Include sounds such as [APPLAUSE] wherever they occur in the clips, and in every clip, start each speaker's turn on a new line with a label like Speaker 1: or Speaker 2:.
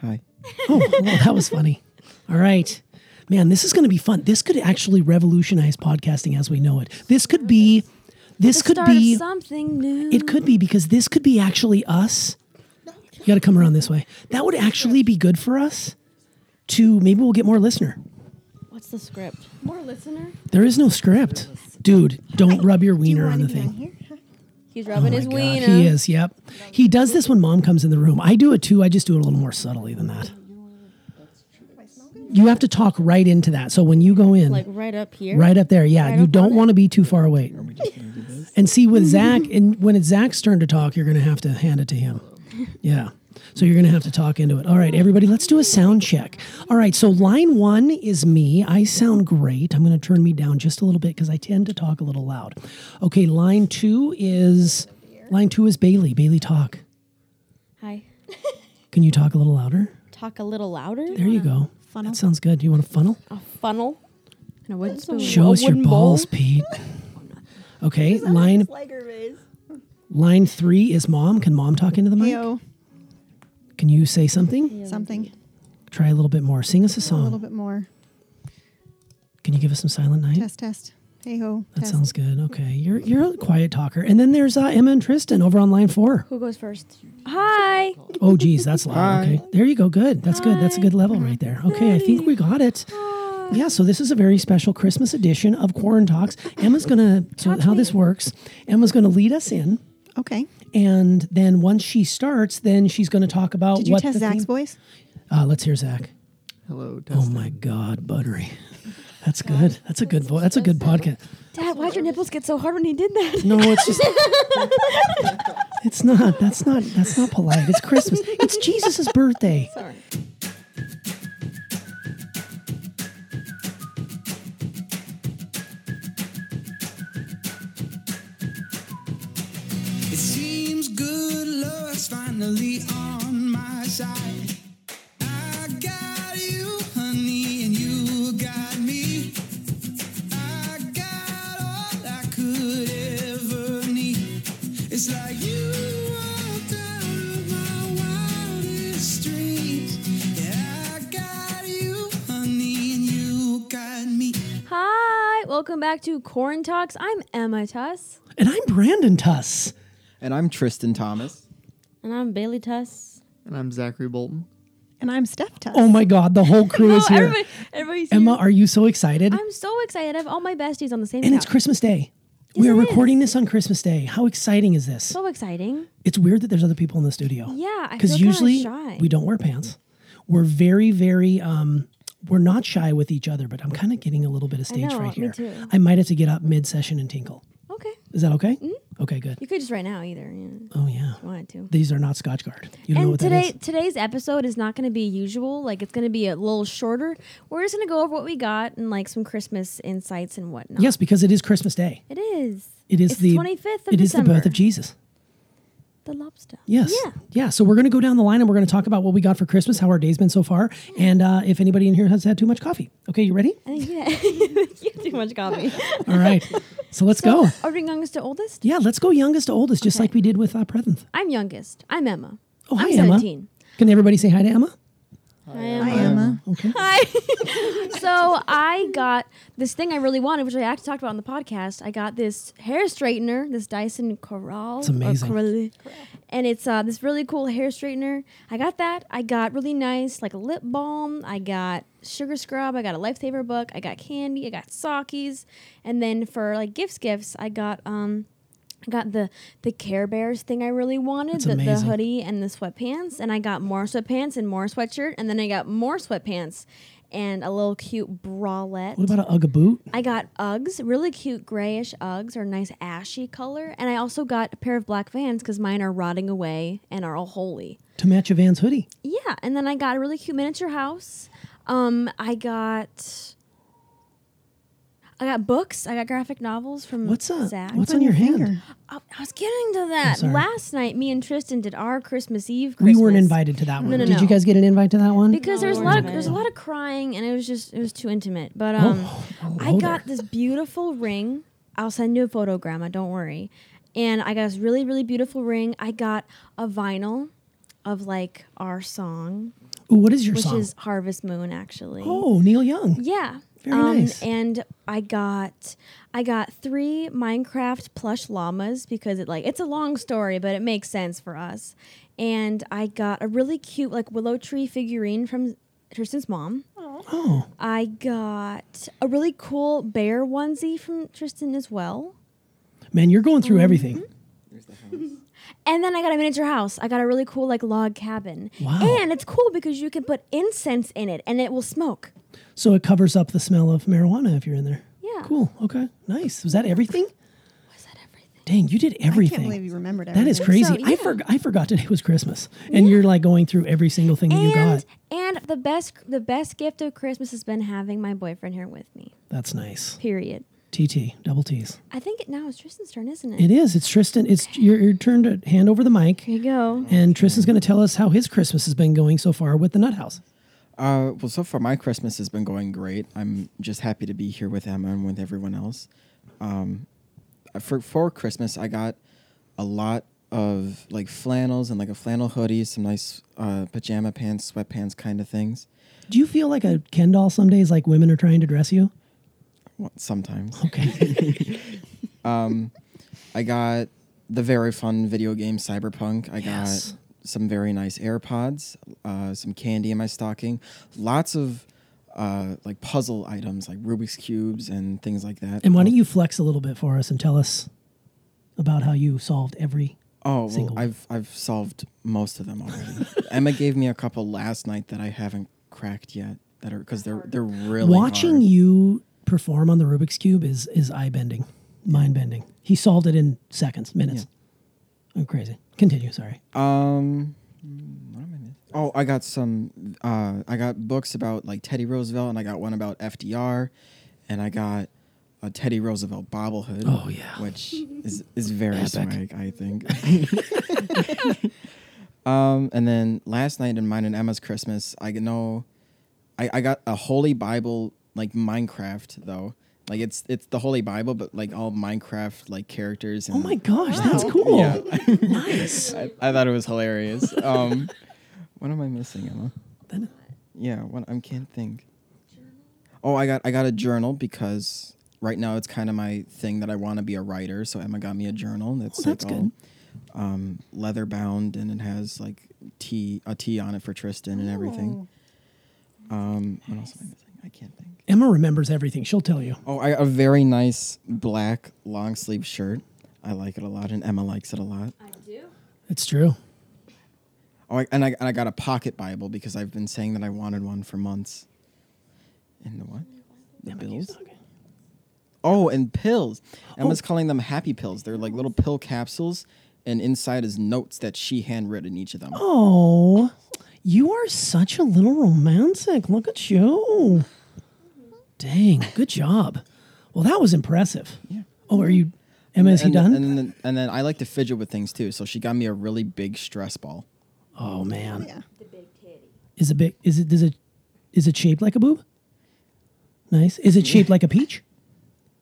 Speaker 1: Hi.
Speaker 2: Oh, well, that was funny. All right. Man, this is going to be fun. This could actually revolutionize podcasting as we know it. This could be, this
Speaker 3: The
Speaker 2: could
Speaker 3: start
Speaker 2: be,
Speaker 3: of something new.
Speaker 2: it could be because this could be actually us. You got to come around this way. That would actually be good for us to maybe we'll get more listener.
Speaker 3: What's the script? More listener.
Speaker 2: There is no script. Dude, don't rub your wiener on the thing.
Speaker 3: He's rubbing his
Speaker 2: Oh God,
Speaker 3: wiener.
Speaker 2: He is, yep. He does this when mom comes in the room. I do it too. I just do it a little more subtly than that. You have to talk right into that. So when you go in,
Speaker 3: Like right up here.
Speaker 2: right up there, yeah,
Speaker 3: right
Speaker 2: you
Speaker 3: up on
Speaker 2: don't
Speaker 3: it.
Speaker 2: want to be too far away. And see, with Zach, [LAUGHS] and when it's Zach's turn to talk, you're going to have to hand it to him. Yeah. So you're going to have to talk into it. All right, everybody, let's do a sound check. All right, so line one is me. I sound great. I'm going to turn me down just a little bit because I tend to talk a little loud. Okay, line two is line two is Bailey. Bailey, talk.
Speaker 3: Hi.
Speaker 2: Can you talk a little louder?
Speaker 3: Talk a little louder.
Speaker 2: There you go.
Speaker 3: Funnel.
Speaker 2: That sounds good. Do you want a funnel?
Speaker 3: A funnel.
Speaker 4: And a wooden spoon.
Speaker 2: Show
Speaker 3: A
Speaker 2: us your
Speaker 3: wooden bowl?
Speaker 2: balls, Pete. Okay, line line three is mom. Can mom talk into the mic?
Speaker 4: Yo,
Speaker 2: Can you say something?
Speaker 4: oh, something.
Speaker 2: Try a little bit more. Sing us a
Speaker 4: A
Speaker 2: song.
Speaker 4: little bit more.
Speaker 2: Can you give us some silent night?
Speaker 4: Test, test. Hey ho.
Speaker 2: That
Speaker 4: test.
Speaker 2: sounds good. Okay, you're you're a quiet talker. And then there's uh, Emma and Tristan over on line four.
Speaker 3: Who goes first? Hi.
Speaker 2: Oh, geez, that's loud.
Speaker 1: Hi.
Speaker 2: Okay, there you go. Good. That's good. That's a good level right there. Okay, I think we got it. Yeah, so this is a very special Christmas edition of Quarren Talks. Emma's gonna. So how this works? Emma's gonna lead us in,
Speaker 4: Okay.
Speaker 2: and then once she starts, then she's gonna talk about
Speaker 4: Did you
Speaker 2: Oh, what
Speaker 4: test
Speaker 2: the
Speaker 4: Zach's
Speaker 2: theme-
Speaker 4: voice?
Speaker 2: Uh, let's hear Zach.
Speaker 1: Hello,
Speaker 2: Oh
Speaker 1: Dustin.
Speaker 2: my God, buttery. That's good. That's a good voice. That's a good podcast.
Speaker 3: Dad, why'd your nipples get so hard when he did
Speaker 2: [LAUGHS]
Speaker 3: that?
Speaker 2: No, it's just. it's not. That's not. That's not polite. It's Christmas. It's Jesus' birthday.
Speaker 3: Sorry.
Speaker 5: It seems good luck's finally on my side. I got you, honey, and you got me. I got all I could ever need. It's like you walked out of my wildest dreams. Yeah, I got you, honey, and you got me.
Speaker 3: Hi. Welcome back to Corn Talks. I'm Emma Tuss.
Speaker 2: And I'm Brandon Tuss.
Speaker 1: And I'm Tristan Thomas.
Speaker 3: And I'm Bailey Tuss.
Speaker 1: And I'm Zachary Bolton.
Speaker 4: And I'm Steph Test.
Speaker 2: Oh my God, the whole crew is
Speaker 3: oh,
Speaker 2: here.
Speaker 3: everybody, everybody's
Speaker 2: Emma,
Speaker 3: here.
Speaker 2: are you so excited?
Speaker 3: I'm so excited. I have all my besties on the same
Speaker 2: and it's
Speaker 3: couch.
Speaker 2: Christmas Day. we
Speaker 3: Yes,
Speaker 2: are
Speaker 3: it is.
Speaker 2: recording this on Christmas Day. How exciting is this?
Speaker 3: so exciting.
Speaker 2: It's weird that there's other people in the studio.
Speaker 3: Yeah, I feel
Speaker 2: Because
Speaker 3: kinda
Speaker 2: usually
Speaker 3: shy.
Speaker 2: we don't wear pants. We're very, very, um, we're not shy with each other, but I'm kind of getting a little bit of stage
Speaker 3: know,
Speaker 2: right
Speaker 3: me
Speaker 2: here.
Speaker 3: too.
Speaker 2: I might have to get up mid session and tinkle.
Speaker 3: Okay.
Speaker 2: Is that okay? Okay, good.
Speaker 3: Mm-hmm. You could just right now either. You know,
Speaker 2: Oh, yeah.
Speaker 3: if you wanted to.
Speaker 2: These are not Scotch Guard. You don't know
Speaker 3: And
Speaker 2: what
Speaker 3: today
Speaker 2: that is.
Speaker 3: today's episode is not going to be usual. Like it's going to be a little shorter. We're just going to go over what we got and like some Christmas insights and whatnot.
Speaker 2: Yes, because it is Christmas Day.
Speaker 3: It is.
Speaker 2: It is
Speaker 3: It's
Speaker 2: the
Speaker 3: 25th of
Speaker 2: It is the birth
Speaker 3: December.
Speaker 2: of Jesus.
Speaker 3: The lobster.
Speaker 2: Yes.
Speaker 3: Yeah.
Speaker 2: So we're going to go down the line and we're going to talk about what we got for Christmas, how our day's been so far, and uh, if anybody in here has had too much coffee. Okay, you
Speaker 3: [LAUGHS]
Speaker 2: ready?
Speaker 3: I think yeah. you have too much coffee.
Speaker 2: All right. So let's go.
Speaker 3: Are we youngest to oldest?
Speaker 2: Yeah, let's go youngest to oldest, just like we did with uh, Preventh.
Speaker 3: I'm youngest. I'm Emma.
Speaker 2: Oh,
Speaker 3: I'm
Speaker 2: hi,
Speaker 3: 17.
Speaker 2: Emma. Can everybody say hi to Emma?
Speaker 3: I am.
Speaker 4: Hi, Emma.
Speaker 2: Okay.
Speaker 3: Hi. [LAUGHS] so I got this thing I really wanted, which I actually talked about on the podcast. I got this hair straightener, this Dyson Corral. It's
Speaker 2: amazing.
Speaker 3: And it's uh, this really cool hair straightener. I got that. I got really nice, like a lip balm. I got sugar scrub. I got a lifesaver book. I got candy. I got sockies. And then for like gifts, gifts, I got um, I got the the Care Bears thing I really wanted,
Speaker 2: That's
Speaker 3: the, the
Speaker 2: amazing.
Speaker 3: hoodie and the sweatpants, and I got more sweatpants and more sweatshirt, and then I got more sweatpants and a little cute bralette.
Speaker 2: What about a Ugga boot?
Speaker 3: I got Uggs, really cute grayish Uggs, or nice ashy color, and I also got a pair of black Vans because mine are rotting away and are all holy.
Speaker 2: To match a Vans hoodie.
Speaker 3: Yeah, and then I got a really cute miniature house. Um, I got. I got books. I got graphic novels from
Speaker 2: What's uh,
Speaker 3: Zach.
Speaker 2: What's on your hand?
Speaker 4: finger?
Speaker 3: Oh, I was getting to that
Speaker 2: sorry.
Speaker 3: last night. Me and Tristan did our Christmas Eve.
Speaker 2: We
Speaker 3: Christmas.
Speaker 2: weren't invited to that one.
Speaker 3: no,
Speaker 2: Did
Speaker 3: no.
Speaker 2: you guys get an invite to that one?
Speaker 3: because there was a lot of there's a lot of crying, and it was just it was too intimate. But um, I
Speaker 2: Oh, hold
Speaker 3: got this beautiful ring. I'll send you a uh, photo, Grandma. Don't worry. And I got this really really beautiful ring. I got a vinyl, a of like our song,
Speaker 2: Ooh, what is your
Speaker 3: which
Speaker 2: song?
Speaker 3: is Harvest Moon, actually.
Speaker 2: oh, Neil Young.
Speaker 3: Yeah. Um,
Speaker 2: Very nice.
Speaker 3: And I got I got three Minecraft plush llamas because it like it's a long story, but it makes sense for us. And I got a really cute like willow tree figurine from Tristan's mom.
Speaker 2: Oh,
Speaker 3: I got a really cool bear onesie from Tristan as well.
Speaker 2: man, you're going through
Speaker 3: Mm-hmm.
Speaker 2: everything.
Speaker 3: And then I got a miniature house. I got a really cool like log cabin.
Speaker 2: Wow.
Speaker 3: And it's cool because you can put incense in it and it will smoke.
Speaker 2: So it covers up the smell of marijuana if you're in there.
Speaker 3: Yeah.
Speaker 2: Cool. Okay. Nice. Was that everything?
Speaker 3: Was that everything?
Speaker 2: Dang, you did
Speaker 4: I
Speaker 2: everything.
Speaker 4: can't believe you remembered everything.
Speaker 2: That is crazy.
Speaker 3: So,
Speaker 2: I
Speaker 3: yeah.
Speaker 2: forgot. I forgot today was Christmas, and you're like going through every single thing that you
Speaker 3: and
Speaker 2: got.
Speaker 3: and the best the best gift of Christmas has been having my boyfriend here with me.
Speaker 2: That's nice.
Speaker 3: Period.
Speaker 2: TT double T's.
Speaker 3: I think it now is Tristan's turn, isn't it?
Speaker 2: It is. It's Tristan. It's your, your turn to hand over the mic,
Speaker 3: Here you go.
Speaker 2: and Tristan's going to tell us how his Christmas has been going so far with the Nut House.
Speaker 1: Uh, well, so far my Christmas has been going great. I'm just happy to be here with Emma and with everyone else. Um, for for Christmas, I got a lot of like flannels and like a flannel hoodie, some nice uh, pajama pants, sweatpants kind of things.
Speaker 2: Do you feel like a Ken doll some days? Like women are trying to dress you?
Speaker 1: Well, sometimes [LAUGHS]
Speaker 2: Okay.
Speaker 1: I got the very fun video game Cyberpunk. I
Speaker 2: Yes.
Speaker 1: got some very nice AirPods, uh, some candy in my stocking, lots of uh, like puzzle items like Rubik's cubes and things like that.
Speaker 2: and why don't you flex a little bit for us and tell us about how you solved every?
Speaker 1: Oh, well,
Speaker 2: Single one.
Speaker 1: I've I've solved most of them already.
Speaker 2: [LAUGHS]
Speaker 1: Emma gave me a couple last night that I haven't cracked yet. That are because they're they're really
Speaker 2: Watching
Speaker 1: hard.
Speaker 2: you perform on the Rubik's cube is is eye bending, mind bending. He solved it in seconds, minutes. I'm crazy. Continue. Sorry.
Speaker 1: Um, what am I missing? Oh, I got some. Uh, I got books about like Teddy Roosevelt, and I got one about FDR, and I got a Teddy Roosevelt bobblehead.
Speaker 2: Oh, yeah.
Speaker 1: which is is very swag, I think. [LAUGHS] um, and then last night in mine and Emma's Christmas, I know, I, I got a Holy Bible like Minecraft though. Like it's it's the Holy Bible, but like all Minecraft like characters. And
Speaker 2: Oh my gosh, that's cool.
Speaker 1: Yeah. [LAUGHS]
Speaker 2: nice.
Speaker 1: I, I thought it was hilarious. Um, [LAUGHS] what am I missing, Emma?
Speaker 2: Then-
Speaker 1: Yeah, what I can't think. Oh, I got I got a journal because right now it's kind of my thing that I want to be a writer. So Emma got me a journal that's,
Speaker 2: Oh, that's
Speaker 1: like all um, leather bound and it has like tea a tea on it for Tristan and everything.
Speaker 2: Oh.
Speaker 1: Um, What else am I missing? I can't think.
Speaker 2: Emma remembers everything. She'll tell you.
Speaker 1: Oh, I got a very nice black long sleeve shirt. I like it a lot, and Emma likes it a lot.
Speaker 3: I do.
Speaker 2: It's true.
Speaker 1: Oh, I, and I and I got a pocket Bible because I've been saying that I wanted one for months. And the what? The bills. Oh, and pills.
Speaker 2: Oh.
Speaker 1: Emma's calling them happy pills. They're like little pill capsules, and inside is notes that she handwritten each of them.
Speaker 2: Oh, you are such a little romantic. Look at you. Dang, good job. Well, that was impressive.
Speaker 1: Yeah.
Speaker 2: Oh, are you? Emma, is he
Speaker 1: and,
Speaker 2: done?
Speaker 1: And then, and then I like to fidget with things too. So she got me a really big stress ball.
Speaker 2: oh man,
Speaker 4: Yeah.
Speaker 2: is it big? Is it? Does it? Is it shaped like a boob? Nice. Is it shaped like a peach?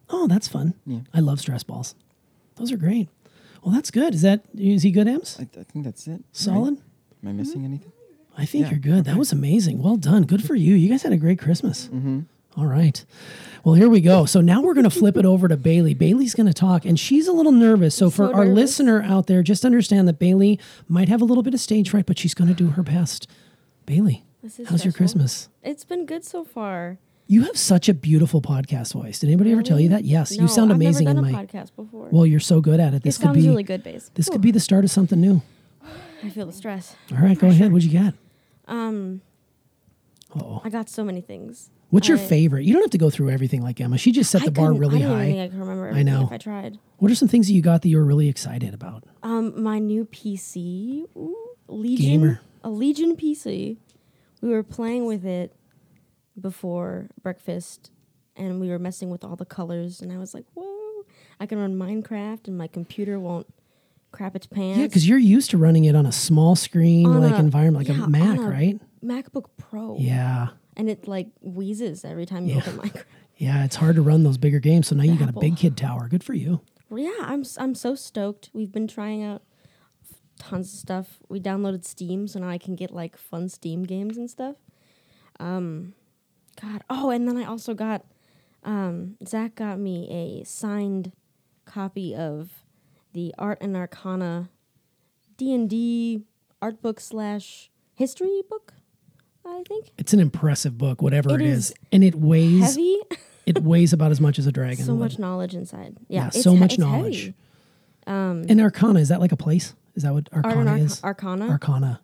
Speaker 2: Oh, that's fun. I love stress balls. Those are great. Well, that's good. Is that? Is he good, Ems?
Speaker 1: I, I think that's it. right?
Speaker 2: Solid.
Speaker 1: Am
Speaker 2: Mm-hmm.
Speaker 1: I missing anything?
Speaker 2: I think
Speaker 1: Yeah,
Speaker 2: you're good. That was amazing. Well done. Good for you. You guys had a great Christmas. All right. Well, here we go. So now we're going to flip it over to Bailey. Bailey's going to talk, and she's a little nervous. So for our listener out there, just understand that Bailey might have a little bit of stage fright, but she's going to do her best. Bailey,
Speaker 3: This is
Speaker 2: how's your
Speaker 3: stressful.
Speaker 2: Christmas?
Speaker 3: It's been good so far.
Speaker 2: You have such a beautiful podcast voice. Did anybody ever tell you that? Yes, you
Speaker 3: No,
Speaker 2: sound amazing
Speaker 3: I've never
Speaker 2: in my.
Speaker 3: done a podcast before.
Speaker 2: Well, you're so good at it.
Speaker 3: it
Speaker 2: This could
Speaker 3: sounds
Speaker 2: be
Speaker 3: really good, bass.
Speaker 2: this could be the start of something new.
Speaker 3: I feel the stress.
Speaker 2: All right, go ahead. What you got?
Speaker 3: Um,
Speaker 2: Oh,
Speaker 3: I got so many things.
Speaker 2: what's your
Speaker 3: I-
Speaker 2: favorite? You don't have to go through everything like Emma. She just set
Speaker 3: I
Speaker 2: the bar
Speaker 3: couldn't-
Speaker 2: really
Speaker 3: I don't even
Speaker 2: high.
Speaker 3: think I can remember.
Speaker 2: I
Speaker 3: everything
Speaker 2: know.
Speaker 3: If I tried.
Speaker 2: What are some things that you got that you were really excited about?
Speaker 3: Um, my new PC, Ooh, Legion,
Speaker 2: Gamer.
Speaker 3: a Legion PC. We were playing with it before breakfast, and we were messing with all the colors, and I was like, "Whoa! I can run Minecraft, and my computer won't crap its pants."
Speaker 2: Yeah, because you're used to running it on a small screen,
Speaker 3: On
Speaker 2: like
Speaker 3: a-
Speaker 2: environment, like
Speaker 3: yeah,
Speaker 2: a Mac,
Speaker 3: on a
Speaker 2: right?
Speaker 3: MacBook Pro.
Speaker 2: Yeah,
Speaker 3: and it like wheezes every time you open Minecraft.
Speaker 2: yeah. It's hard to run those bigger games. So now you got a
Speaker 3: Apple.
Speaker 2: big kid tower. Good for you.
Speaker 3: Well, yeah, I'm s- I'm so stoked. We've been trying out f- tons of stuff. We downloaded Steam, so now I can get like fun Steam games and stuff. Um, God. Oh, and then I also got um, Zach got me a signed copy of the Art and Arcana D and D art book slash history book. I think
Speaker 2: It's an impressive book, whatever
Speaker 3: It
Speaker 2: it is.
Speaker 3: is
Speaker 2: and it weighs
Speaker 3: heavy.
Speaker 2: [LAUGHS]
Speaker 3: [LAUGHS]
Speaker 2: it weighs about as much as a dragon.
Speaker 3: so
Speaker 2: would.
Speaker 3: much knowledge inside. Yeah,
Speaker 2: Yeah,
Speaker 3: it's
Speaker 2: so
Speaker 3: he-
Speaker 2: much
Speaker 3: it's
Speaker 2: knowledge.
Speaker 3: heavy.
Speaker 2: And Arcana is that like a place? Is that what
Speaker 3: Art and
Speaker 2: Arcana
Speaker 3: Arc-
Speaker 2: is?
Speaker 3: Arcana. Oh
Speaker 2: Arcana.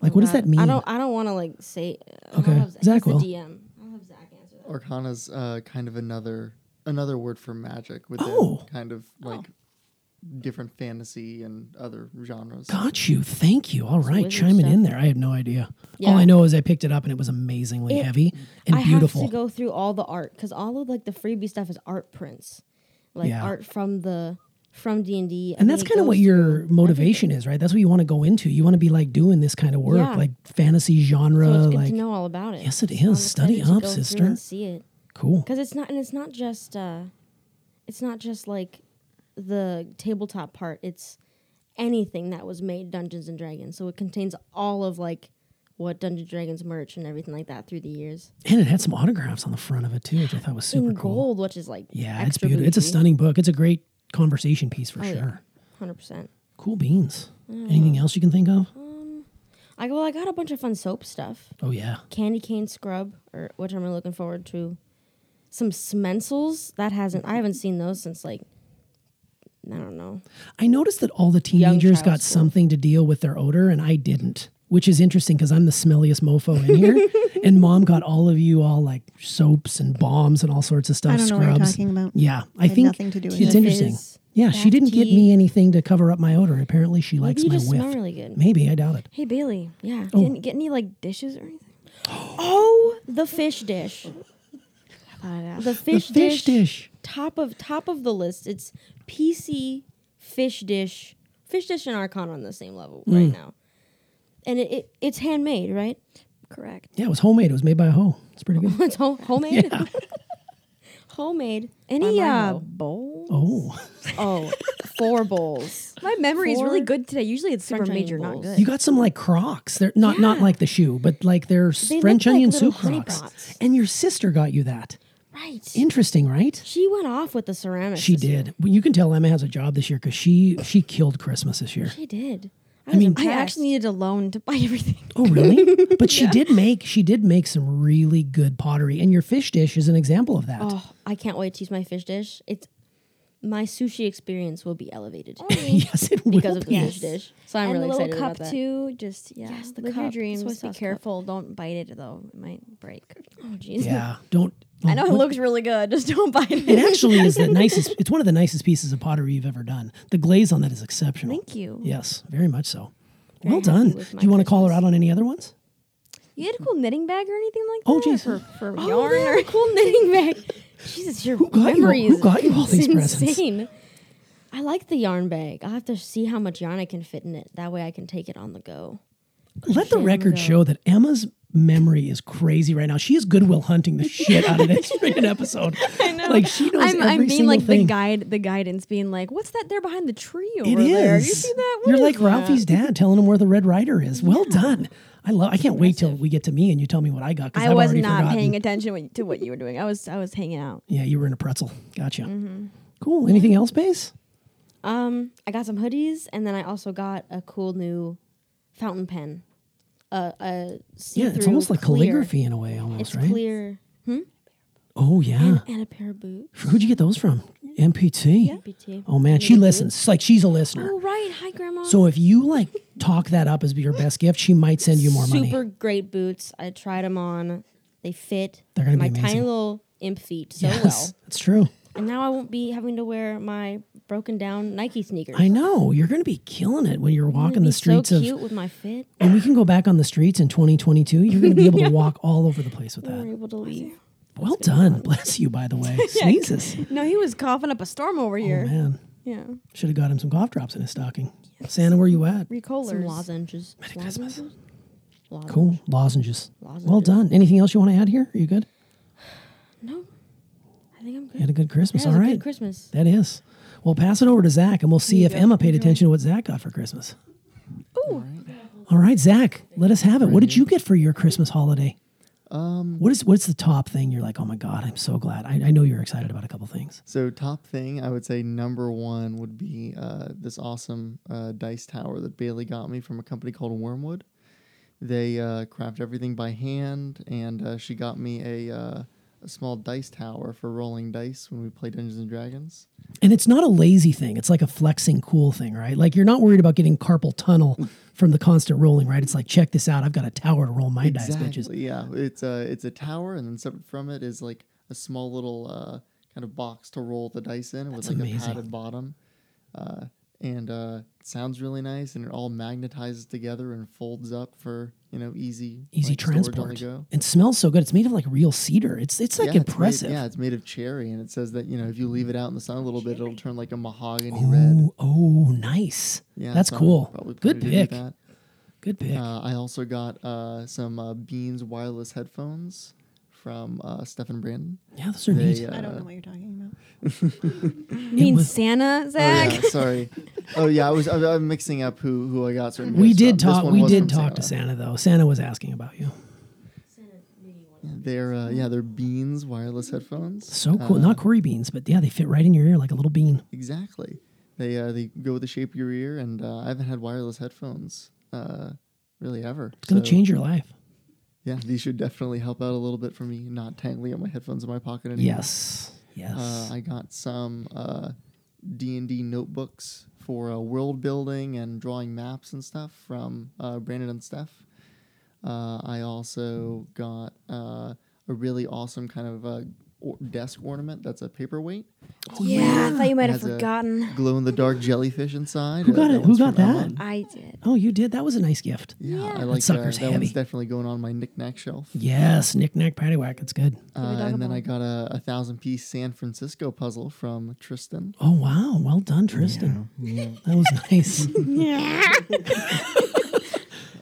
Speaker 2: Like, what does
Speaker 3: God,
Speaker 2: that mean?
Speaker 3: I don't. I don't want to like say. I'll
Speaker 2: Okay,
Speaker 3: have
Speaker 2: Zach
Speaker 3: he's
Speaker 2: will.
Speaker 3: The DM. I'll have Zach answer that.
Speaker 6: Arcana's uh, kind of another another word for magic within
Speaker 2: Oh.
Speaker 6: kind of like different fantasy and other genres.
Speaker 2: Got you. Thank you. All right,
Speaker 3: wizard
Speaker 2: chiming
Speaker 3: stuff.
Speaker 2: in there. I had no idea. All
Speaker 3: Yeah.
Speaker 2: I know is I picked it up and it was amazingly
Speaker 3: It-
Speaker 2: heavy and
Speaker 3: I
Speaker 2: beautiful.
Speaker 3: have to go through all the art because all of like the freebie stuff is art prints, like
Speaker 2: Yeah.
Speaker 3: art from the from D and D.
Speaker 2: and that's kind of what your motivation is, right? That's what you want to go into. You want to be like doing this kind of work,
Speaker 3: Yeah.
Speaker 2: like fantasy genre,
Speaker 3: So it's good
Speaker 2: like
Speaker 3: to know all about it.
Speaker 2: Yes, it
Speaker 3: I'm
Speaker 2: is. Study
Speaker 3: excited to
Speaker 2: up,
Speaker 3: go through
Speaker 2: sister.
Speaker 3: And see it
Speaker 2: cool.
Speaker 3: because it's not and it's not just uh, it's not just like the tabletop part. It's anything that was made Dungeons and Dragons. So it contains all of like what Dungeons and Dragons merch and everything like that through the years.
Speaker 2: And it had some autographs on the front of it too, which I thought was super
Speaker 3: in
Speaker 2: cool.
Speaker 3: gold, which is like
Speaker 2: Yeah, it's
Speaker 3: extra
Speaker 2: beautiful. It's a
Speaker 3: bougie.
Speaker 2: stunning book. It's a great conversation piece for
Speaker 3: Oh, yeah.
Speaker 2: sure.
Speaker 3: Hundred percent.
Speaker 2: Cool beans.
Speaker 3: Mm.
Speaker 2: Anything else you can think of?
Speaker 3: I well, I got a bunch of fun soap stuff.
Speaker 2: Oh yeah.
Speaker 3: Candy cane scrub, or which I'm really looking forward to. Some Smensels that hasn't I haven't seen those since like I don't know.
Speaker 2: I noticed that all the teenagers
Speaker 3: child
Speaker 2: got
Speaker 3: school.
Speaker 2: something to deal with their odor, and I didn't, which is interesting because I'm the smelliest mofo in
Speaker 3: [LAUGHS]
Speaker 2: here. and mom got all of you all like soaps and bombs and all sorts of stuff.
Speaker 4: I don't know
Speaker 2: scrubs.
Speaker 4: what you're talking about.
Speaker 2: Yeah, I,
Speaker 4: I had
Speaker 2: think
Speaker 4: nothing to do with
Speaker 2: it's
Speaker 3: it.
Speaker 2: interesting.
Speaker 3: Fizz,
Speaker 2: yeah, she
Speaker 3: bath
Speaker 2: didn't get
Speaker 3: tea.
Speaker 2: me anything to cover up my odor. Apparently, she likes
Speaker 3: you
Speaker 2: my
Speaker 3: just
Speaker 2: whiff.
Speaker 3: smell really good.
Speaker 2: Maybe I doubt it.
Speaker 3: Hey Bailey, yeah,
Speaker 7: Oh.
Speaker 3: didn't get any like dishes or
Speaker 7: [GASPS]
Speaker 3: anything. oh, the fish dish. The fish,
Speaker 2: the fish
Speaker 3: dish.
Speaker 2: dish.
Speaker 3: Top of top of the list. It's PC fish dish. Fish dish and Archon on the same level
Speaker 7: Mm.
Speaker 3: right now. And it, it it's handmade, right? Correct.
Speaker 2: Yeah, it was homemade. It was made by a hoe. It's pretty good.
Speaker 3: [LAUGHS] it's ho- homemade. [LAUGHS] homemade. Any uh,
Speaker 7: bowl?
Speaker 2: Oh,
Speaker 3: oh, four bowls.
Speaker 7: [LAUGHS] My memory is really
Speaker 3: Four
Speaker 7: good today. Usually it's super
Speaker 3: French onion
Speaker 7: major, not
Speaker 3: bowls.
Speaker 7: good.
Speaker 2: you got some like Crocs. They're not not like the shoe, but like they're
Speaker 3: They
Speaker 2: French
Speaker 3: look like
Speaker 2: onion
Speaker 3: little
Speaker 2: soup
Speaker 3: honey
Speaker 2: Crocs.
Speaker 3: pots.
Speaker 2: And your sister got you that.
Speaker 3: Right.
Speaker 2: Interesting, right?
Speaker 3: She went off with the ceramics.
Speaker 2: She
Speaker 3: this year.
Speaker 2: did. Well, you can tell Emma has a job this year because she she killed Christmas this year.
Speaker 3: She did. I,
Speaker 2: mean-
Speaker 3: mean,
Speaker 7: I actually needed a loan to [LAUGHS] buy everything.
Speaker 2: Oh, really? [LAUGHS] but she did make she did make some really good pottery, and your fish dish is an example of that.
Speaker 3: Oh, I can't wait to use my fish dish. It's my sushi experience will be elevated
Speaker 2: [LAUGHS]
Speaker 7: Oh,
Speaker 3: [LAUGHS]
Speaker 2: yes, it will
Speaker 3: because of the
Speaker 2: be.
Speaker 3: fish dish. So I'm
Speaker 7: and
Speaker 3: really
Speaker 7: the little
Speaker 3: excited
Speaker 7: cup
Speaker 3: about that.
Speaker 7: too. Just yeah,
Speaker 3: Yes, the
Speaker 7: live
Speaker 3: cup,
Speaker 7: your
Speaker 3: the soy
Speaker 7: dreams. Be
Speaker 3: sauce cup.
Speaker 7: careful. Don't bite it though; it might break.
Speaker 3: Oh jeez.
Speaker 2: Yeah, don't.
Speaker 7: I know it
Speaker 2: what-
Speaker 7: looks really good. [LAUGHS] Just don't bite
Speaker 2: It
Speaker 7: it.
Speaker 2: actually is the nicest. It's one of the nicest pieces of pottery you've ever done. The glaze on that is exceptional.
Speaker 7: Thank you.
Speaker 2: Yes, very much so. well
Speaker 3: happy
Speaker 2: done. Do
Speaker 3: with my
Speaker 2: you want to call her
Speaker 3: Christmas.
Speaker 2: out on any other ones?
Speaker 7: You had a cool knitting bag or anything like that?
Speaker 2: Oh,
Speaker 7: or
Speaker 2: jeez.
Speaker 7: For, for
Speaker 3: Oh,
Speaker 7: yarn
Speaker 3: yeah,
Speaker 7: or
Speaker 3: the cool knitting
Speaker 7: [LAUGHS]
Speaker 3: bag. Jesus, your
Speaker 2: got you-
Speaker 3: memory
Speaker 2: who
Speaker 3: is
Speaker 2: got you all these presents?
Speaker 3: insane. I like the yarn bag. I'll have to see how much yarn I can fit in it. That way I can take it on the go.
Speaker 2: Let the
Speaker 3: Shit,
Speaker 2: record
Speaker 3: go.
Speaker 2: show that Emma's memory is crazy right now. She is Goodwill hunting the shit out of
Speaker 7: [LAUGHS]
Speaker 2: this freaking episode. I know. Like she knows
Speaker 7: I'm,
Speaker 2: every
Speaker 7: I'm being
Speaker 2: single
Speaker 7: like
Speaker 2: thing.
Speaker 7: the guide, the guidance, being like, "What's that there behind the tree over
Speaker 2: It
Speaker 7: there?
Speaker 2: is.
Speaker 7: You see that?
Speaker 2: You're
Speaker 7: What
Speaker 2: like
Speaker 7: is
Speaker 2: Ralphie's dad telling him where the Red Rider is. Well done. I love. I can't wait till we get to me and you tell me what I got. 'cause
Speaker 7: I
Speaker 2: I've
Speaker 7: was
Speaker 2: already
Speaker 7: not
Speaker 2: forgotten.
Speaker 7: paying attention what- to what you were doing. I was I was hanging out.
Speaker 2: Yeah, you were in a pretzel. Gotcha.
Speaker 7: Mm-hmm.
Speaker 2: Cool. Anything else, Base?
Speaker 3: Um, I got some hoodies, and then I also got a cool new fountain pen. Uh, a
Speaker 2: Yeah,
Speaker 3: see-through
Speaker 2: it's almost like
Speaker 3: clear.
Speaker 2: calligraphy in a way, almost
Speaker 3: It's
Speaker 2: right.
Speaker 3: clear,
Speaker 2: Oh yeah.
Speaker 3: and a pair of boots.
Speaker 2: Who'd you get those from? MPT.
Speaker 3: BT.
Speaker 2: Oh man, she listens. Like she's a listener.
Speaker 3: Oh right, hi grandma.
Speaker 2: So if you like talk that up as your best gift, she might send you more money.
Speaker 3: Super great boots. I tried them on. They fit.
Speaker 2: They're gonna be
Speaker 3: my tiny
Speaker 2: amazing.
Speaker 3: little imp feet so well.
Speaker 2: Yes, it's true.
Speaker 3: And now I won't be having to wear my broken down Nike sneakers.
Speaker 2: I know you're going to be killing it when you're
Speaker 3: It'd
Speaker 2: walking
Speaker 3: be
Speaker 2: the streets
Speaker 3: so
Speaker 2: of
Speaker 3: cute with my fit.
Speaker 2: when we can go back on the streets in 2022, you're going to be able
Speaker 3: [LAUGHS]
Speaker 2: to walk all over the place with
Speaker 3: We're
Speaker 2: that.
Speaker 3: able to leave.
Speaker 2: Well done. Bless you, by the
Speaker 3: [LAUGHS]
Speaker 2: way. Sneezes.
Speaker 7: No, he was coughing up a storm over
Speaker 2: Oh,
Speaker 7: here.
Speaker 2: man.
Speaker 7: Yeah,
Speaker 2: Should have got him some cough drops in his stocking. Santa, where you at?
Speaker 3: Some
Speaker 7: recolors.
Speaker 3: lozenges. Lozenges. Lozenges.
Speaker 2: Cool. Lozenges. Well
Speaker 3: Lozenges.
Speaker 2: done. Anything else you want to add here? Are you good?
Speaker 3: No, I think I'm good.
Speaker 2: You had a good Christmas.
Speaker 3: Yeah, it
Speaker 2: all
Speaker 3: was a
Speaker 2: right.
Speaker 3: good Christmas.
Speaker 2: That is. Well, pass it over to Zach and we'll see if Emma paid attention to what Zach got for Christmas. All right, Zach, let us have it. What did you get for your Christmas holiday? Um, what is what's the top thing you're like? Oh my god, I'm so glad. I, I know you're excited about a couple things.
Speaker 6: So top thing I would say number one would be uh, this awesome uh, dice tower that Bailey got me from a company called Wormwood. They uh, craft everything by hand, and uh, she got me a, uh, a small dice tower for rolling dice when we play Dungeons and Dragons.
Speaker 2: And it's not a lazy thing. It's like a flexing cool thing, right? Like you're not worried about getting carpal
Speaker 6: [LAUGHS]
Speaker 2: tunnel from the constant rolling, right? It's like check this out. I've got a tower to roll my dice, bitches.
Speaker 6: Exactly, Yeah, it's a it's a tower, and then separate from it is like a small little uh, kind of box to roll the dice in with like
Speaker 2: amazing.
Speaker 6: a padded bottom. Uh, and uh, it sounds really nice, and it all magnetizes together and folds up for you know easy
Speaker 2: Easy
Speaker 6: like, storage
Speaker 2: transport.
Speaker 6: On the go.
Speaker 2: It smells so good. It's made of like real cedar. It's it's like
Speaker 6: yeah,
Speaker 2: impressive.
Speaker 6: It's made, yeah, it's made of cherry, and it says that you know if you leave it out in the sun a little bit, it'll turn like a mahogany red.
Speaker 2: Ooh, oh, nice.
Speaker 6: Yeah,
Speaker 2: that's
Speaker 6: so I'm
Speaker 2: cool.
Speaker 6: probably
Speaker 2: Good
Speaker 6: planning to do
Speaker 2: pick.
Speaker 6: that.
Speaker 2: Good pick.
Speaker 6: Uh, I also got uh, some uh, Beans wireless headphones from uh, Stefan Brandon.
Speaker 2: yeah, those are neat.
Speaker 6: They, uh,
Speaker 4: I don't know what you're talking about.
Speaker 7: You mean Santa, Zach?
Speaker 6: Oh, yeah, sorry. Oh yeah, I was I, I'm mixing up who who I got certain.
Speaker 2: we
Speaker 6: gifts
Speaker 2: did
Speaker 6: from. This
Speaker 2: talk.
Speaker 6: one
Speaker 2: We
Speaker 6: was
Speaker 2: did
Speaker 6: from
Speaker 2: talk to Santa though. Santa was asking about you.
Speaker 6: They're uh, yeah, they're Beans wireless headphones.
Speaker 2: So cool. Not Corey beans, but yeah, they fit right in your ear like a little bean.
Speaker 6: Exactly. They uh, they go with the shape of your ear, and uh, I haven't had wireless headphones uh, really ever.
Speaker 2: It's gonna
Speaker 6: So,
Speaker 2: change your life.
Speaker 6: Yeah, these should definitely help out a little bit for me not tangling up my headphones in my pocket anymore.
Speaker 2: Yes. Yes.
Speaker 6: Uh, I got some uh, D and D notebooks for uh, world building and drawing maps and stuff from uh, Brandon and Steph. Uh, I also got uh, a really awesome kind of uh, or- desk ornament that's a paperweight.
Speaker 7: Yeah, I thought you might have
Speaker 6: Has a
Speaker 7: forgotten.
Speaker 6: Glow in the dark jellyfish inside.
Speaker 2: Who
Speaker 6: Uh,
Speaker 2: got
Speaker 6: that
Speaker 2: it? Who
Speaker 6: one's
Speaker 2: got
Speaker 6: from
Speaker 2: that?
Speaker 6: Ellen.
Speaker 7: I did.
Speaker 2: oh, you did. That was a nice gift.
Speaker 6: Yeah, I like uh,
Speaker 2: sucker's
Speaker 6: that. one's
Speaker 2: heavy.
Speaker 6: definitely going on my knickknack shelf.
Speaker 2: Yes. Knick knack paddywhack. It's good.
Speaker 6: Uh, and then I got a, a thousand piece San Francisco puzzle from Tristan.
Speaker 2: Oh wow. Well done, Tristan. That was
Speaker 6: [LAUGHS]
Speaker 2: nice.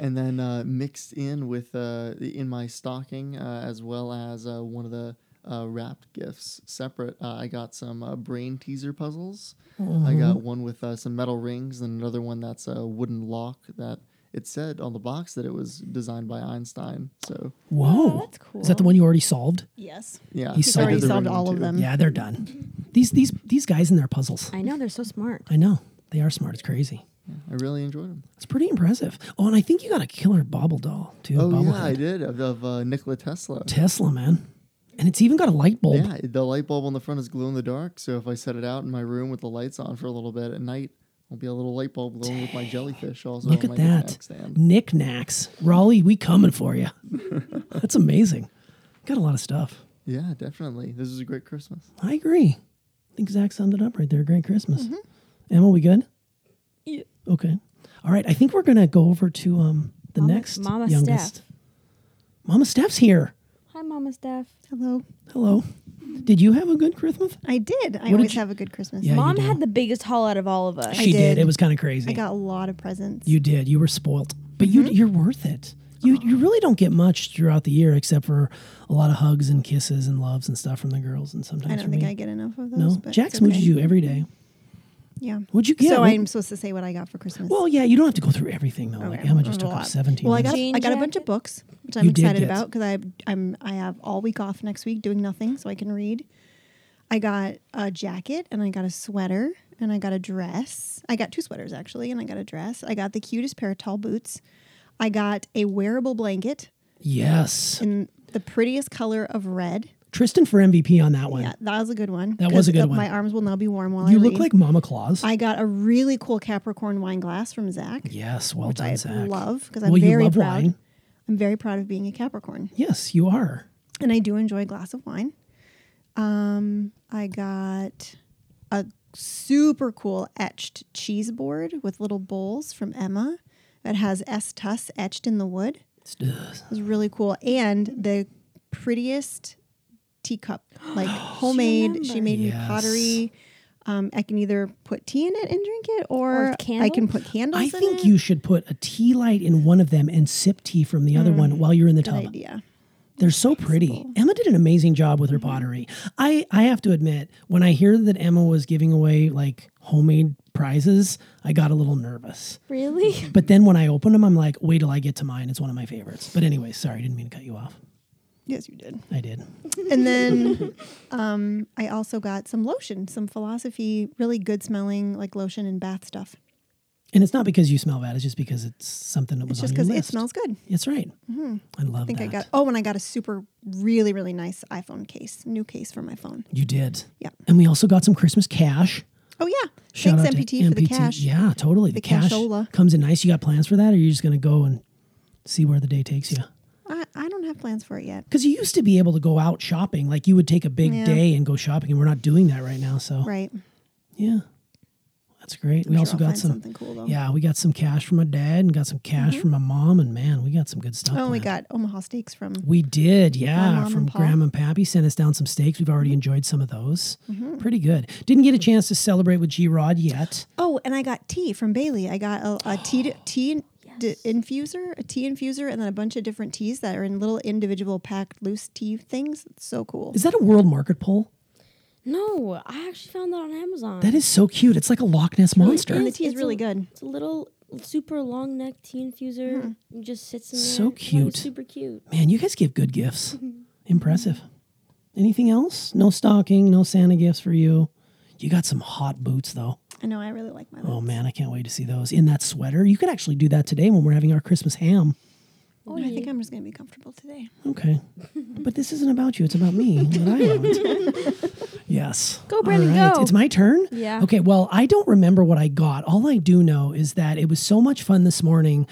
Speaker 6: and then uh, mixed in with uh, in my stocking uh, as well as uh, one of the uh, wrapped gifts separate uh, i got some uh, brain teaser puzzles
Speaker 4: Mm-hmm.
Speaker 6: i got one with uh, some metal rings and another one that's a wooden lock that it said on the box that it was designed by einstein so
Speaker 2: Whoa.
Speaker 7: Oh, that's cool.
Speaker 2: Is that the one you already solved?
Speaker 4: Yes.
Speaker 2: He's
Speaker 6: yeah I
Speaker 4: He's
Speaker 2: solved
Speaker 6: did
Speaker 4: already
Speaker 6: the
Speaker 4: solved
Speaker 6: ring
Speaker 4: all
Speaker 6: too.
Speaker 4: of them.
Speaker 2: Yeah, they're done. These these these guys and their puzzles.
Speaker 7: Mm-hmm. I know they're so smart.
Speaker 2: I know they are smart. It's crazy.
Speaker 6: i really enjoyed them
Speaker 2: It's pretty impressive. Oh, and I think you got a killer bobble doll too.
Speaker 6: oh
Speaker 2: bobble
Speaker 6: yeah i did of, of uh, nikola
Speaker 4: [LAUGHS]
Speaker 6: tesla
Speaker 2: Tesla, man. And it's even got a light bulb.
Speaker 6: yeah the light bulb on the front is glow in the dark so if i set it out in my room with the lights on for a little bit at night I'll be a little light bulb glowing with my jellyfish also
Speaker 2: Look
Speaker 6: on my
Speaker 2: at that.
Speaker 6: knickknack stand.
Speaker 2: Knickknacks. Raleigh, we coming for
Speaker 6: [LAUGHS]
Speaker 2: you. That's amazing. Got a lot of stuff.
Speaker 6: Yeah, definitely. This is a great Christmas.
Speaker 2: I agree. I think Zach summed it up right there. Great Christmas.
Speaker 6: Mm-hmm.
Speaker 2: Emma, we good? Yeah. Okay. All right. I think we're gonna go over to um the
Speaker 7: Mama-
Speaker 2: next
Speaker 7: Mama
Speaker 2: youngest.
Speaker 7: Steph.
Speaker 2: Mama Steph's here.
Speaker 7: Hi, Mama Steph.
Speaker 4: Hello.
Speaker 2: Hello. Did you have a good Christmas?
Speaker 4: I did. I
Speaker 2: did
Speaker 4: always
Speaker 2: you-
Speaker 4: have a good Christmas.
Speaker 2: Yeah, you
Speaker 7: Mom
Speaker 2: do.
Speaker 7: had the biggest haul out of all of us.
Speaker 4: I
Speaker 2: She did.
Speaker 4: did.
Speaker 2: It was kind of crazy.
Speaker 4: I got a lot of presents.
Speaker 2: You did. You were spoilt, but you
Speaker 4: Mm-hmm.
Speaker 2: you're worth it. You you really don't get much throughout the year except for a lot of hugs and kisses and loves and stuff from the girls and sometimes
Speaker 4: I don't
Speaker 2: from
Speaker 4: think
Speaker 2: me.
Speaker 4: I get enough of those.
Speaker 2: no,
Speaker 4: but
Speaker 2: Jack
Speaker 4: it's
Speaker 2: smooches
Speaker 4: okay.
Speaker 2: you every day.
Speaker 4: Yeah.
Speaker 2: What'd you get?
Speaker 4: So
Speaker 2: What-
Speaker 4: I'm supposed to say what I got for Christmas.
Speaker 2: well, yeah, you don't have to go through everything though. Like
Speaker 4: Okay.
Speaker 2: Emma just took
Speaker 4: There's a
Speaker 2: up
Speaker 4: lot.
Speaker 2: seventeen.
Speaker 4: Well, I got
Speaker 2: minutes.
Speaker 4: I got a bunch of books, which I'm
Speaker 2: You did
Speaker 4: excited
Speaker 2: get-
Speaker 4: about because I I'm I have all week off next week doing nothing, so I can read. I got a jacket and I got a sweater and I got a dress. I got two sweaters actually, and I got a dress. I got the cutest pair of tall boots. I got a wearable blanket
Speaker 2: yes,
Speaker 4: in the prettiest color of red.
Speaker 2: Tristan for MVP on that one.
Speaker 4: Yeah, that was a good one.
Speaker 2: That was a
Speaker 4: 'cause
Speaker 2: good
Speaker 4: the-
Speaker 2: one.
Speaker 4: My arms will now be warm while I
Speaker 2: you look
Speaker 4: read.
Speaker 2: like Mama Claus.
Speaker 4: I got a really cool Capricorn wine glass from Zach.
Speaker 2: yes, well done,
Speaker 4: I
Speaker 2: Zach.
Speaker 4: love because I'm
Speaker 2: well, you
Speaker 4: very
Speaker 2: love
Speaker 4: proud.
Speaker 2: wine.
Speaker 4: I'm very proud of being a Capricorn.
Speaker 2: Yes, you are.
Speaker 4: and I do enjoy a glass of wine. Um, I got a super cool etched cheese board with little bowls from Emma that has S Tuss etched in the wood.
Speaker 2: It's- ugh.
Speaker 4: It was really cool, and the prettiest
Speaker 2: [GASPS]
Speaker 4: teacup, like homemade. She, made me
Speaker 2: Yes.
Speaker 4: pottery. Um, I can either put tea in it and drink it, or, I can put candles.
Speaker 2: I
Speaker 4: in
Speaker 2: think
Speaker 4: it.
Speaker 2: you should put a tea light in one of them and sip tea from the other
Speaker 4: Hmm.
Speaker 2: one while you're in the
Speaker 4: Good
Speaker 2: tub.
Speaker 4: idea.
Speaker 2: They're so pretty. Emma did an amazing job with her pottery. I, I have to admit, when I hear that Emma was giving away like homemade prizes, I got a little nervous.
Speaker 3: Really? [LAUGHS]
Speaker 2: But then when I opened them, I'm like, wait till I get to mine. It's one of my favorites. But anyway, sorry, I didn't mean to cut you off.
Speaker 4: Yes, you did.
Speaker 2: I did. [LAUGHS]
Speaker 4: And then um, I also got some lotion, some philosophy, really good smelling like lotion and bath stuff.
Speaker 2: And it's not because you smell bad. It's just because it's something that was
Speaker 4: It's just
Speaker 2: on your
Speaker 4: because
Speaker 2: list.
Speaker 4: it smells good.
Speaker 2: It's right. I love
Speaker 4: I think
Speaker 2: that.
Speaker 4: I got oh, and I got a super really really nice iPhone case, new case for my phone.
Speaker 2: you did.
Speaker 4: Yeah.
Speaker 2: And we also got some Christmas cash.
Speaker 4: Oh yeah,
Speaker 2: Shout
Speaker 4: thanks
Speaker 2: out to
Speaker 4: MPT for the
Speaker 2: MPT.
Speaker 4: cash.
Speaker 2: Yeah, totally. The,
Speaker 4: The
Speaker 2: cash
Speaker 4: cashola.
Speaker 2: comes in nice. You got plans for that, or you are just going to go and see where the day takes you?
Speaker 4: I, I don't have plans for it yet.
Speaker 2: Because you used to be able to go out shopping. Like you would take a big
Speaker 4: Yeah.
Speaker 2: day and go shopping, and we're not doing that right now. So
Speaker 4: Right.
Speaker 2: yeah, that's great.
Speaker 4: I'm
Speaker 2: we
Speaker 4: sure
Speaker 2: also
Speaker 4: I'll
Speaker 2: got
Speaker 4: find
Speaker 2: some.
Speaker 4: something cool though.
Speaker 2: Yeah, we got some cash from my dad and got some cash from my mom, and man, we got some good stuff.
Speaker 4: Oh, we
Speaker 2: planned.
Speaker 4: got Omaha steaks from
Speaker 2: We did, yeah.
Speaker 4: Mom and Mm-hmm.
Speaker 2: From
Speaker 4: Pa.
Speaker 2: Graham and Pappy sent us down some steaks. We've already enjoyed some of those.
Speaker 4: Mm-hmm.
Speaker 2: Pretty good. Didn't get a chance to celebrate with G Rod yet.
Speaker 4: Oh, and I got tea from Bailey. I got a, a [GASPS] tea tea d- infuser, a tea infuser, and then a bunch of different teas that are in little individual packed loose tea things. It's so cool.
Speaker 2: Is that a world market poll?
Speaker 3: No, I actually found that on Amazon.
Speaker 2: That is so cute. It's like a Loch Ness monster.
Speaker 4: And the tea is
Speaker 3: It's
Speaker 4: really
Speaker 3: a-
Speaker 4: good.
Speaker 3: It's a little super long neck tea infuser. It just sits in there.
Speaker 2: So
Speaker 3: Like, it's
Speaker 2: cute.
Speaker 3: super cute.
Speaker 2: Man, you guys give good
Speaker 3: [LAUGHS]
Speaker 2: gifts.
Speaker 3: Mhm.
Speaker 2: Impressive. Anything else? No stocking, no Santa gifts for you. You got some hot boots though.
Speaker 4: I know. I really like my.
Speaker 2: Oh man, I can't wait to see those in that sweater. You could actually do that today when we're having our Christmas ham.
Speaker 4: Oh, I think I'm just gonna be comfortable today.
Speaker 3: [LAUGHS]
Speaker 2: Okay. but this isn't about you, it's about me. What I want.
Speaker 3: [LAUGHS]
Speaker 2: yes.
Speaker 3: Go, Brandon,
Speaker 2: All right,
Speaker 3: go.
Speaker 2: It's my turn?
Speaker 3: Yeah.
Speaker 2: Okay, well, I don't remember what I got. All I do know is that it was so much fun this morning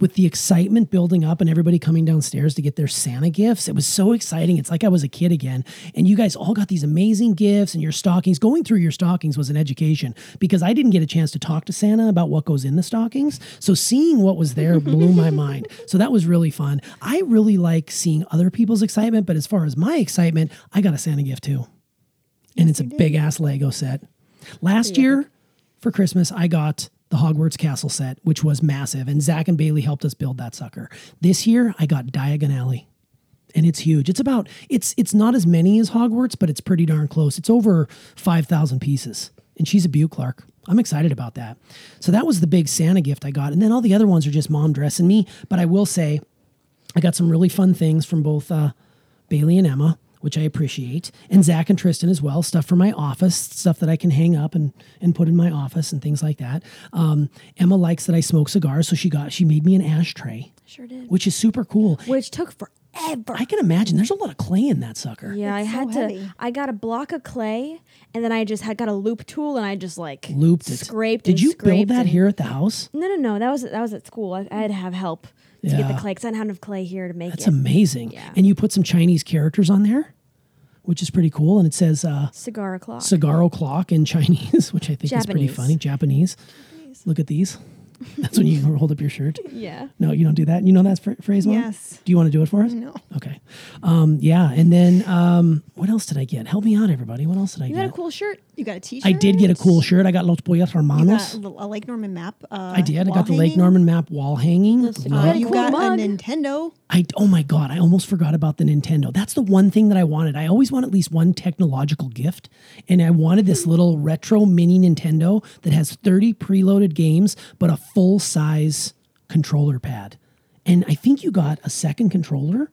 Speaker 2: with the excitement building up and everybody coming downstairs to get their Santa gifts. It was so exciting. It's like I was a kid again. And you guys all got these amazing gifts and your stockings. Going through your stockings was an education because I didn't get a chance to talk to Santa about what goes in the stockings. So seeing what was there blew my mind. So that was really fun. I really like seeing other people's excitement, but as far as my excitement, I got a Santa gift too and it's a big ass Lego set. Last year for Christmas, I got the Hogwarts Castle set, which was massive, and Zach and Bailey helped us build that sucker. This year, I got Diagon Alley, and it's huge. It's about it's it's not as many as Hogwarts, but it's pretty darn close. It's over five thousand pieces, and she's a Butte Clark. I'm excited about that. So that was the big Santa gift I got, and then all the other ones are just mom dressing me. But I will say, I got some really fun things from both uh, Bailey and Emma, which I appreciate, and Zach and Tristan as well. Stuff for my office, stuff that I can hang up and and put in my office and things like that. Um, Emma likes that I smoke cigars, so she got she made me an ashtray,
Speaker 3: Sure did.
Speaker 2: which is super cool.
Speaker 3: Which took forever.
Speaker 2: I can imagine there's a lot of clay in that sucker.
Speaker 3: yeah, I
Speaker 4: It's so
Speaker 3: had
Speaker 4: heavy.
Speaker 3: to. I got a block of clay, and then I just had got a loop tool, and I just like
Speaker 2: Looped it.
Speaker 3: scraped.
Speaker 2: Did
Speaker 3: and
Speaker 2: you build
Speaker 3: scraped
Speaker 2: that
Speaker 3: and-
Speaker 2: here at the house?
Speaker 3: No, no, no. That was that was at school. I, I had to have help to get
Speaker 2: Yeah.
Speaker 3: the clay because I didn't have enough clay here to make
Speaker 2: That's
Speaker 3: it.
Speaker 2: amazing.
Speaker 3: Yeah.
Speaker 2: And you put some Chinese characters on there, which is pretty cool. And it says uh,
Speaker 3: Cigar o'clock.
Speaker 2: cigar o'clock in Chinese, [LAUGHS] which I think is pretty
Speaker 3: Japanese.
Speaker 2: funny. Japanese. Look at these. [LAUGHS] That's when you [LAUGHS] hold up your shirt.
Speaker 3: yeah.
Speaker 2: No, you don't do that. You know that phr- phrase, Mom?
Speaker 4: Yes.
Speaker 2: Do you want to do it for us? No. Okay. Um, yeah. And then um, what else did I get? Help me out, everybody. What else did I
Speaker 3: You
Speaker 2: get?
Speaker 3: got a cool shirt.
Speaker 4: You got a T-shirt.
Speaker 2: I did get a cool shirt. I got Los Pollos
Speaker 4: You
Speaker 2: Hermanos.
Speaker 4: got a, little- a Lake Norman map. Uh,
Speaker 2: I did. I
Speaker 4: wall
Speaker 2: got the Lake
Speaker 4: hanging. Uh,
Speaker 2: Norman map wall hanging. Love-
Speaker 4: You
Speaker 3: Cool
Speaker 4: got
Speaker 3: mug.
Speaker 4: a Nintendo.
Speaker 2: I oh my god, I almost forgot about the Nintendo. That's the one thing that I wanted. I always want at least one technological gift, and I wanted this little retro mini Nintendo that has 30 preloaded games but a full-size controller pad. And I think you got a second controller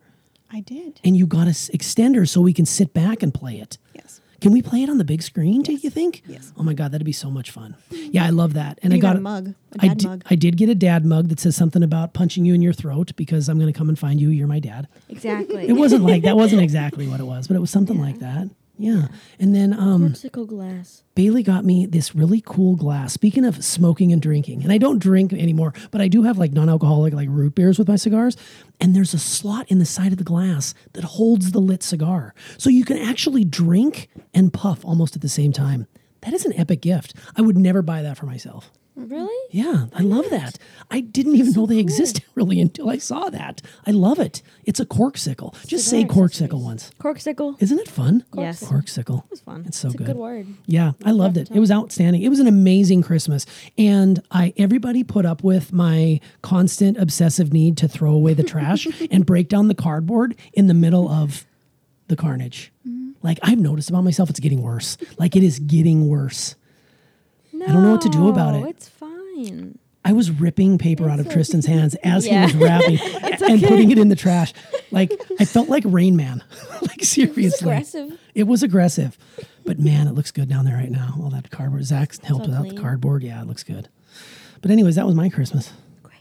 Speaker 4: I did.
Speaker 2: and you got an extender so we can sit back and play it.
Speaker 4: Yes.
Speaker 2: Can we play it on the big screen, do you think? Yes. Oh my god, that'd be so much fun. Yeah, I love that. And I
Speaker 4: You got
Speaker 2: got
Speaker 4: a mug, a
Speaker 2: I
Speaker 4: dad
Speaker 2: di-
Speaker 4: mug.
Speaker 2: I did get a dad mug that says something about punching you in your throat because I'm going to come and find you. You're my dad.
Speaker 3: Exactly.
Speaker 2: It wasn't like that
Speaker 4: [LAUGHS]
Speaker 2: wasn't exactly what it was, but it was something like that. Yeah. And then um,
Speaker 3: Popsicle glass.
Speaker 2: Bailey got me this really cool glass. Speaking of smoking and drinking, and I don't drink anymore, but I do have like non-alcoholic like root beers with my cigars, and there's a slot in the side of the glass that holds the lit cigar. So you can actually drink and puff almost at the same time. That is an epic gift. I would never buy that for myself.
Speaker 3: Really?
Speaker 2: Yeah, I love that. I didn't even know they existed [LAUGHS] really until I saw that. I love it. It's a corksicle. Just say corksicle once.
Speaker 3: Corksicle. It
Speaker 2: Isn't it fun?
Speaker 3: Yes.
Speaker 2: Corksicle.
Speaker 3: was fun.
Speaker 2: It's so
Speaker 3: it's
Speaker 2: good.
Speaker 3: a good word.
Speaker 2: Yeah, I loved it. It was outstanding. It was an amazing Christmas. And I everybody put up with my constant obsessive need to throw away the [LAUGHS] trash and break down the cardboard in the middle of the Mm-hmm. carnage. Like I've noticed about myself it's getting worse. Like it is getting worse. I don't know what to do about
Speaker 3: No,
Speaker 2: it.
Speaker 3: It's fine.
Speaker 2: I was ripping paper out of Tristan's hands as
Speaker 3: Yeah.
Speaker 2: he was
Speaker 3: [LAUGHS]
Speaker 2: wrapping a- and putting it in the trash. Like I felt like Rain Man. [LAUGHS] like seriously,
Speaker 3: aggressive.
Speaker 2: It was aggressive, but man, it looks good down there right now. All that cardboard. Zach helped without the
Speaker 3: clean.
Speaker 2: cardboard. Yeah, it looks good. But anyways, that was my Christmas.
Speaker 3: Great.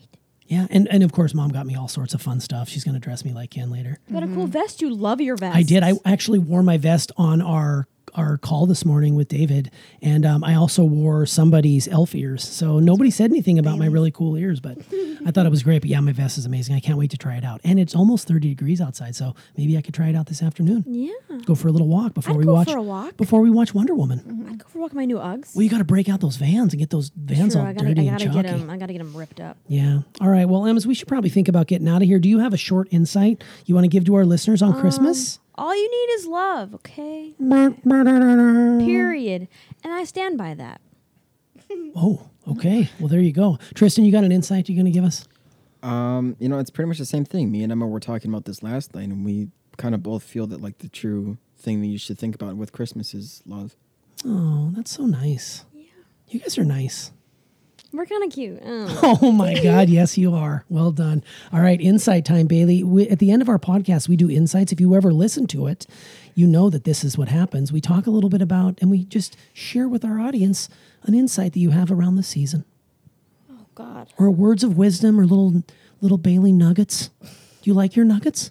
Speaker 2: Yeah, and and of course, mom got me all sorts of fun stuff. She's gonna dress me like Ken later.
Speaker 3: You got a cool vest. You love your vest.
Speaker 2: I did. I actually wore my vest on our our call this morning with David, and um, I also wore somebody's elf ears. So nobody said anything about my really cool ears,
Speaker 3: [LAUGHS]
Speaker 2: but I thought it was great. But yeah, my vest is amazing. I can't wait to try it out. And it's almost thirty degrees outside, so maybe I could try it out this afternoon.
Speaker 3: Yeah.
Speaker 2: Go for a little walk before
Speaker 3: I'd
Speaker 2: we
Speaker 3: go
Speaker 2: watch
Speaker 3: for a walk. Mm-hmm.
Speaker 2: before we watch Wonder Woman.
Speaker 3: I'd go for a walk in my new Uggs.
Speaker 2: Well, you got to break out those vans and get those vans
Speaker 3: True,
Speaker 2: all
Speaker 3: I gotta,
Speaker 2: dirty
Speaker 3: I gotta
Speaker 2: and
Speaker 3: get
Speaker 2: chalky.
Speaker 3: them. I gotta get them ripped up.
Speaker 2: Yeah. All right. Well, Emmas, we should probably think about getting out of here. Do you have a short insight you want to give to our listeners
Speaker 3: Um,
Speaker 2: on Christmas?
Speaker 3: All you need is love, okay?
Speaker 2: Mm-hmm.
Speaker 3: Period. And I stand by that.
Speaker 2: Oh, okay. Well, there you go. Tristan, you got an insight you're going to give us?
Speaker 1: Um, you know, it's pretty much the same thing. Me and Emma were talking about this last night, and we kind of both feel that like the true thing that you should think about with Christmas is love.
Speaker 2: Oh, that's so nice. Yeah. You guys are nice.
Speaker 3: We're kind of cute. Oh.
Speaker 2: Oh my God! Yes, you are. Well done. All right, insight time, Bailey. We, at the end of our podcast, we do insights. If you ever listen to it, you know that this is what happens. We talk a little bit about, and we just share with our audience an insight that you have around the season,
Speaker 3: Oh,
Speaker 7: God.
Speaker 2: or words of wisdom, or little little Bailey nuggets. Do you like your nuggets?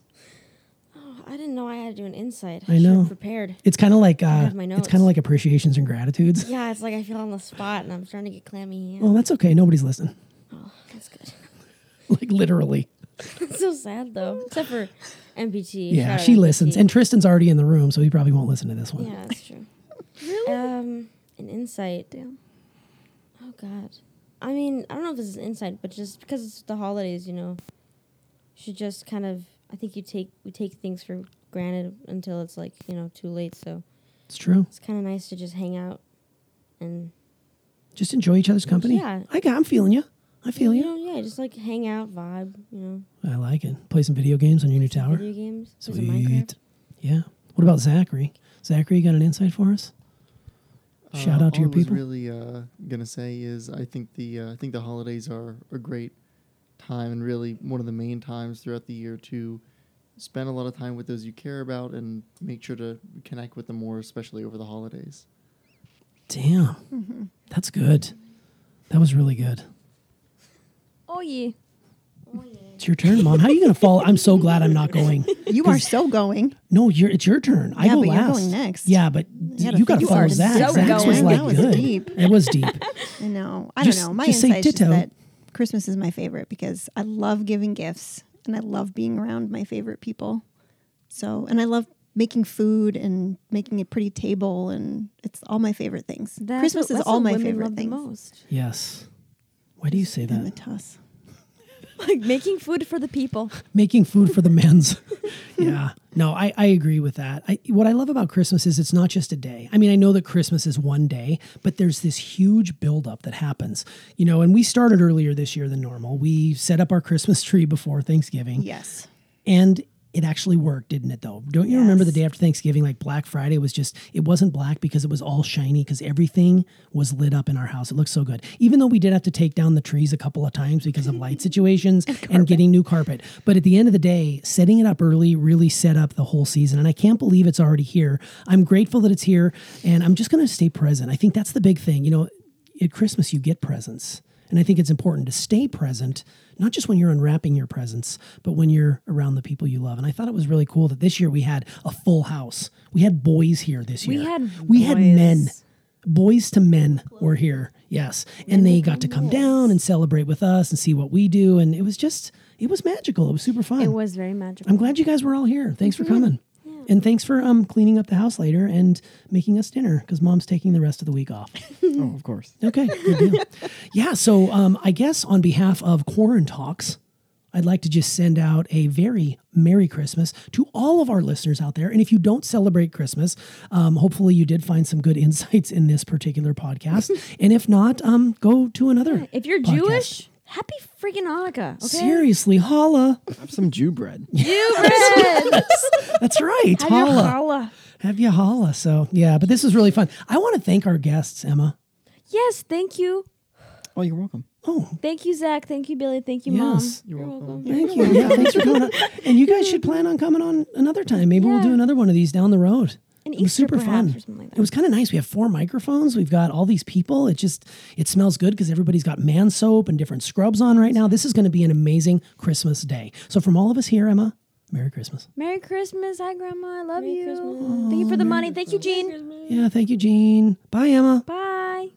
Speaker 3: Oh,
Speaker 7: I didn't know I had to do an insight.
Speaker 2: I know.
Speaker 7: should've prepared.
Speaker 2: It's kind of like uh,
Speaker 7: have my
Speaker 2: it's
Speaker 7: notes.
Speaker 2: kind of like appreciations and gratitudes.
Speaker 7: Yeah, it's like I feel on the spot and I'm starting to get clammy hands.
Speaker 2: Well, that's okay. Nobody's listening. [LAUGHS]
Speaker 7: That's good.
Speaker 2: Like literally.
Speaker 7: It's so sad though. Except for MPT.
Speaker 2: Yeah,
Speaker 7: Shout out
Speaker 2: she
Speaker 7: MPT.
Speaker 2: listens. And Tristan's already in the room, so he probably won't listen to this one.
Speaker 7: Yeah, that's true. really? Um, an insight. Damn. Oh God. I mean, I don't know if this is an insight, but just because it's the holidays, you know, you should just kind of. I think you take we take things for granted until it's like you know too late. So
Speaker 2: It's true.
Speaker 7: it's kind of nice to just hang out, and
Speaker 2: Just enjoy each other's company.
Speaker 7: Yeah.
Speaker 2: I got I'm feeling you. I feel
Speaker 7: you
Speaker 2: you.
Speaker 7: know, yeah, just like hang out, vibe, you know,
Speaker 2: I like it. Play some video games on your new tower.
Speaker 7: video games, play some Minecraft.
Speaker 2: Sweet. Yeah. What about Zachary? Zachary, you got an insight for us? Shout
Speaker 6: Uh,
Speaker 2: out to your
Speaker 6: all I was
Speaker 2: people.
Speaker 6: really uh, gonna say is I think the uh, I think the holidays are a great time and really one of the main times throughout the year to spend a lot of time with those you care about and make sure to connect with them more, especially over the holidays.
Speaker 2: Damn.
Speaker 4: Mm-hmm.
Speaker 2: That's good. That was really good.
Speaker 3: oh yeah.
Speaker 2: It's your turn, Mom. How are you going to follow? I'm so glad I'm not going.
Speaker 4: You are so going.
Speaker 2: No, you're, it's your turn. I
Speaker 4: Yeah,
Speaker 2: go
Speaker 4: but you're
Speaker 2: last.
Speaker 4: going next.
Speaker 2: Yeah, but
Speaker 4: Yeah,
Speaker 2: you got to
Speaker 4: you
Speaker 2: follow
Speaker 4: are
Speaker 2: Zach.
Speaker 3: so
Speaker 2: Zach's was
Speaker 3: going.
Speaker 2: like
Speaker 4: That was
Speaker 2: good.
Speaker 4: deep.
Speaker 2: It was deep.
Speaker 4: I know. I
Speaker 2: Just-
Speaker 4: don't know. My
Speaker 2: just say
Speaker 4: insight is
Speaker 2: ditto.
Speaker 4: that Christmas is my favorite because I love giving gifts and I love being around my favorite people. So, and I love making food and making a pretty table and it's all my favorite things.
Speaker 3: That's
Speaker 4: Christmas
Speaker 3: what-
Speaker 4: is
Speaker 3: that's
Speaker 4: all
Speaker 3: what
Speaker 4: my
Speaker 3: women
Speaker 4: favorite
Speaker 3: love the
Speaker 4: things.
Speaker 3: most.
Speaker 2: Yes. Why do you say
Speaker 4: And the
Speaker 2: that? [LAUGHS]
Speaker 4: toss.
Speaker 3: Like making food for the people.
Speaker 2: Making food for the men's. [LAUGHS] yeah. No, I, I agree with that. I, what I love about Christmas is it's not just a day. I mean, I know that Christmas is one day, but there's this huge buildup that happens. You know, and we started earlier this year than normal. We set up our Christmas tree before Thanksgiving.
Speaker 4: Yes.
Speaker 2: And it actually worked, didn't it though? Don't you remember the
Speaker 4: Yes.
Speaker 2: day after Thanksgiving, like Black Friday was just, it wasn't black because it was all shiny because everything was lit up in our house. It looked so good. Even though we did have to take down the trees a couple of times because of light situations and getting new carpet. But at the end of the day, setting it up early really set up the whole season. And I can't believe it's already here. I'm grateful that it's here and I'm just going to stay present. I think that's the big thing. You know, at Christmas, you get presents. And I think it's important to stay present, not just when you're unwrapping your presents, but when you're around the people you love. And I thought it was really cool that this year we had a full house. We had boys here this year.
Speaker 3: had
Speaker 2: we had men.
Speaker 3: boys.
Speaker 2: Boys to men were here, yes. And they got to come down and celebrate with us and see what we do. And it was just, it was magical. It was super fun.
Speaker 3: It was very magical.
Speaker 2: I'm glad you guys were all here. Thanks for coming. And thanks for um, cleaning up the house later and making us dinner because mom's taking the rest of the week off.
Speaker 1: Oh, of course.
Speaker 2: Okay, good deal. yeah, so um, I guess on behalf of Quarren Talks, I'd like to just send out a very Merry Christmas to all of our listeners out there. And if you don't celebrate Christmas, um, hopefully you did find some good [LAUGHS] insights in this particular
Speaker 3: [LAUGHS]
Speaker 2: podcast. and if not, um, go to another.
Speaker 3: If you're
Speaker 2: podcast.
Speaker 3: Jewish, happy freaking Hanukkah. Okay.
Speaker 2: Seriously,
Speaker 3: [LAUGHS]
Speaker 2: holla.
Speaker 1: Have some Jew bread.
Speaker 2: That's right.
Speaker 3: Have your
Speaker 2: holla.
Speaker 3: challah.
Speaker 2: Have you holla. So, yeah, but this is really fun. I want to thank our guests, Emma.
Speaker 3: Yes, thank you.
Speaker 1: Oh, you're welcome.
Speaker 2: Oh,
Speaker 3: Thank you, Zach. Thank you, Billy. Thank you, Mom.
Speaker 2: yes.
Speaker 6: You're, welcome.
Speaker 2: Thank you. Yeah, thanks for
Speaker 3: [LAUGHS]
Speaker 2: coming on. And you guys should plan on coming on another time. Maybe we'll
Speaker 3: Yeah.
Speaker 2: do another one of these down the road.
Speaker 3: An
Speaker 2: it was
Speaker 3: Easter
Speaker 2: super fun.
Speaker 3: perhaps or something like that.
Speaker 2: It was kind of nice. We have four microphones. We've got all these people. It just it smells good because everybody's got man soap and different scrubs on right now. This is going to be an amazing Christmas day. So from all of us here, Emma, Merry Christmas.
Speaker 3: Merry Christmas. Hi, Grandma. I love
Speaker 7: Merry
Speaker 3: you.
Speaker 7: Christmas.
Speaker 3: Thank you for the money. Thank you, Gene.
Speaker 2: Yeah, thank you, Jean. Bye, Emma.
Speaker 3: Bye.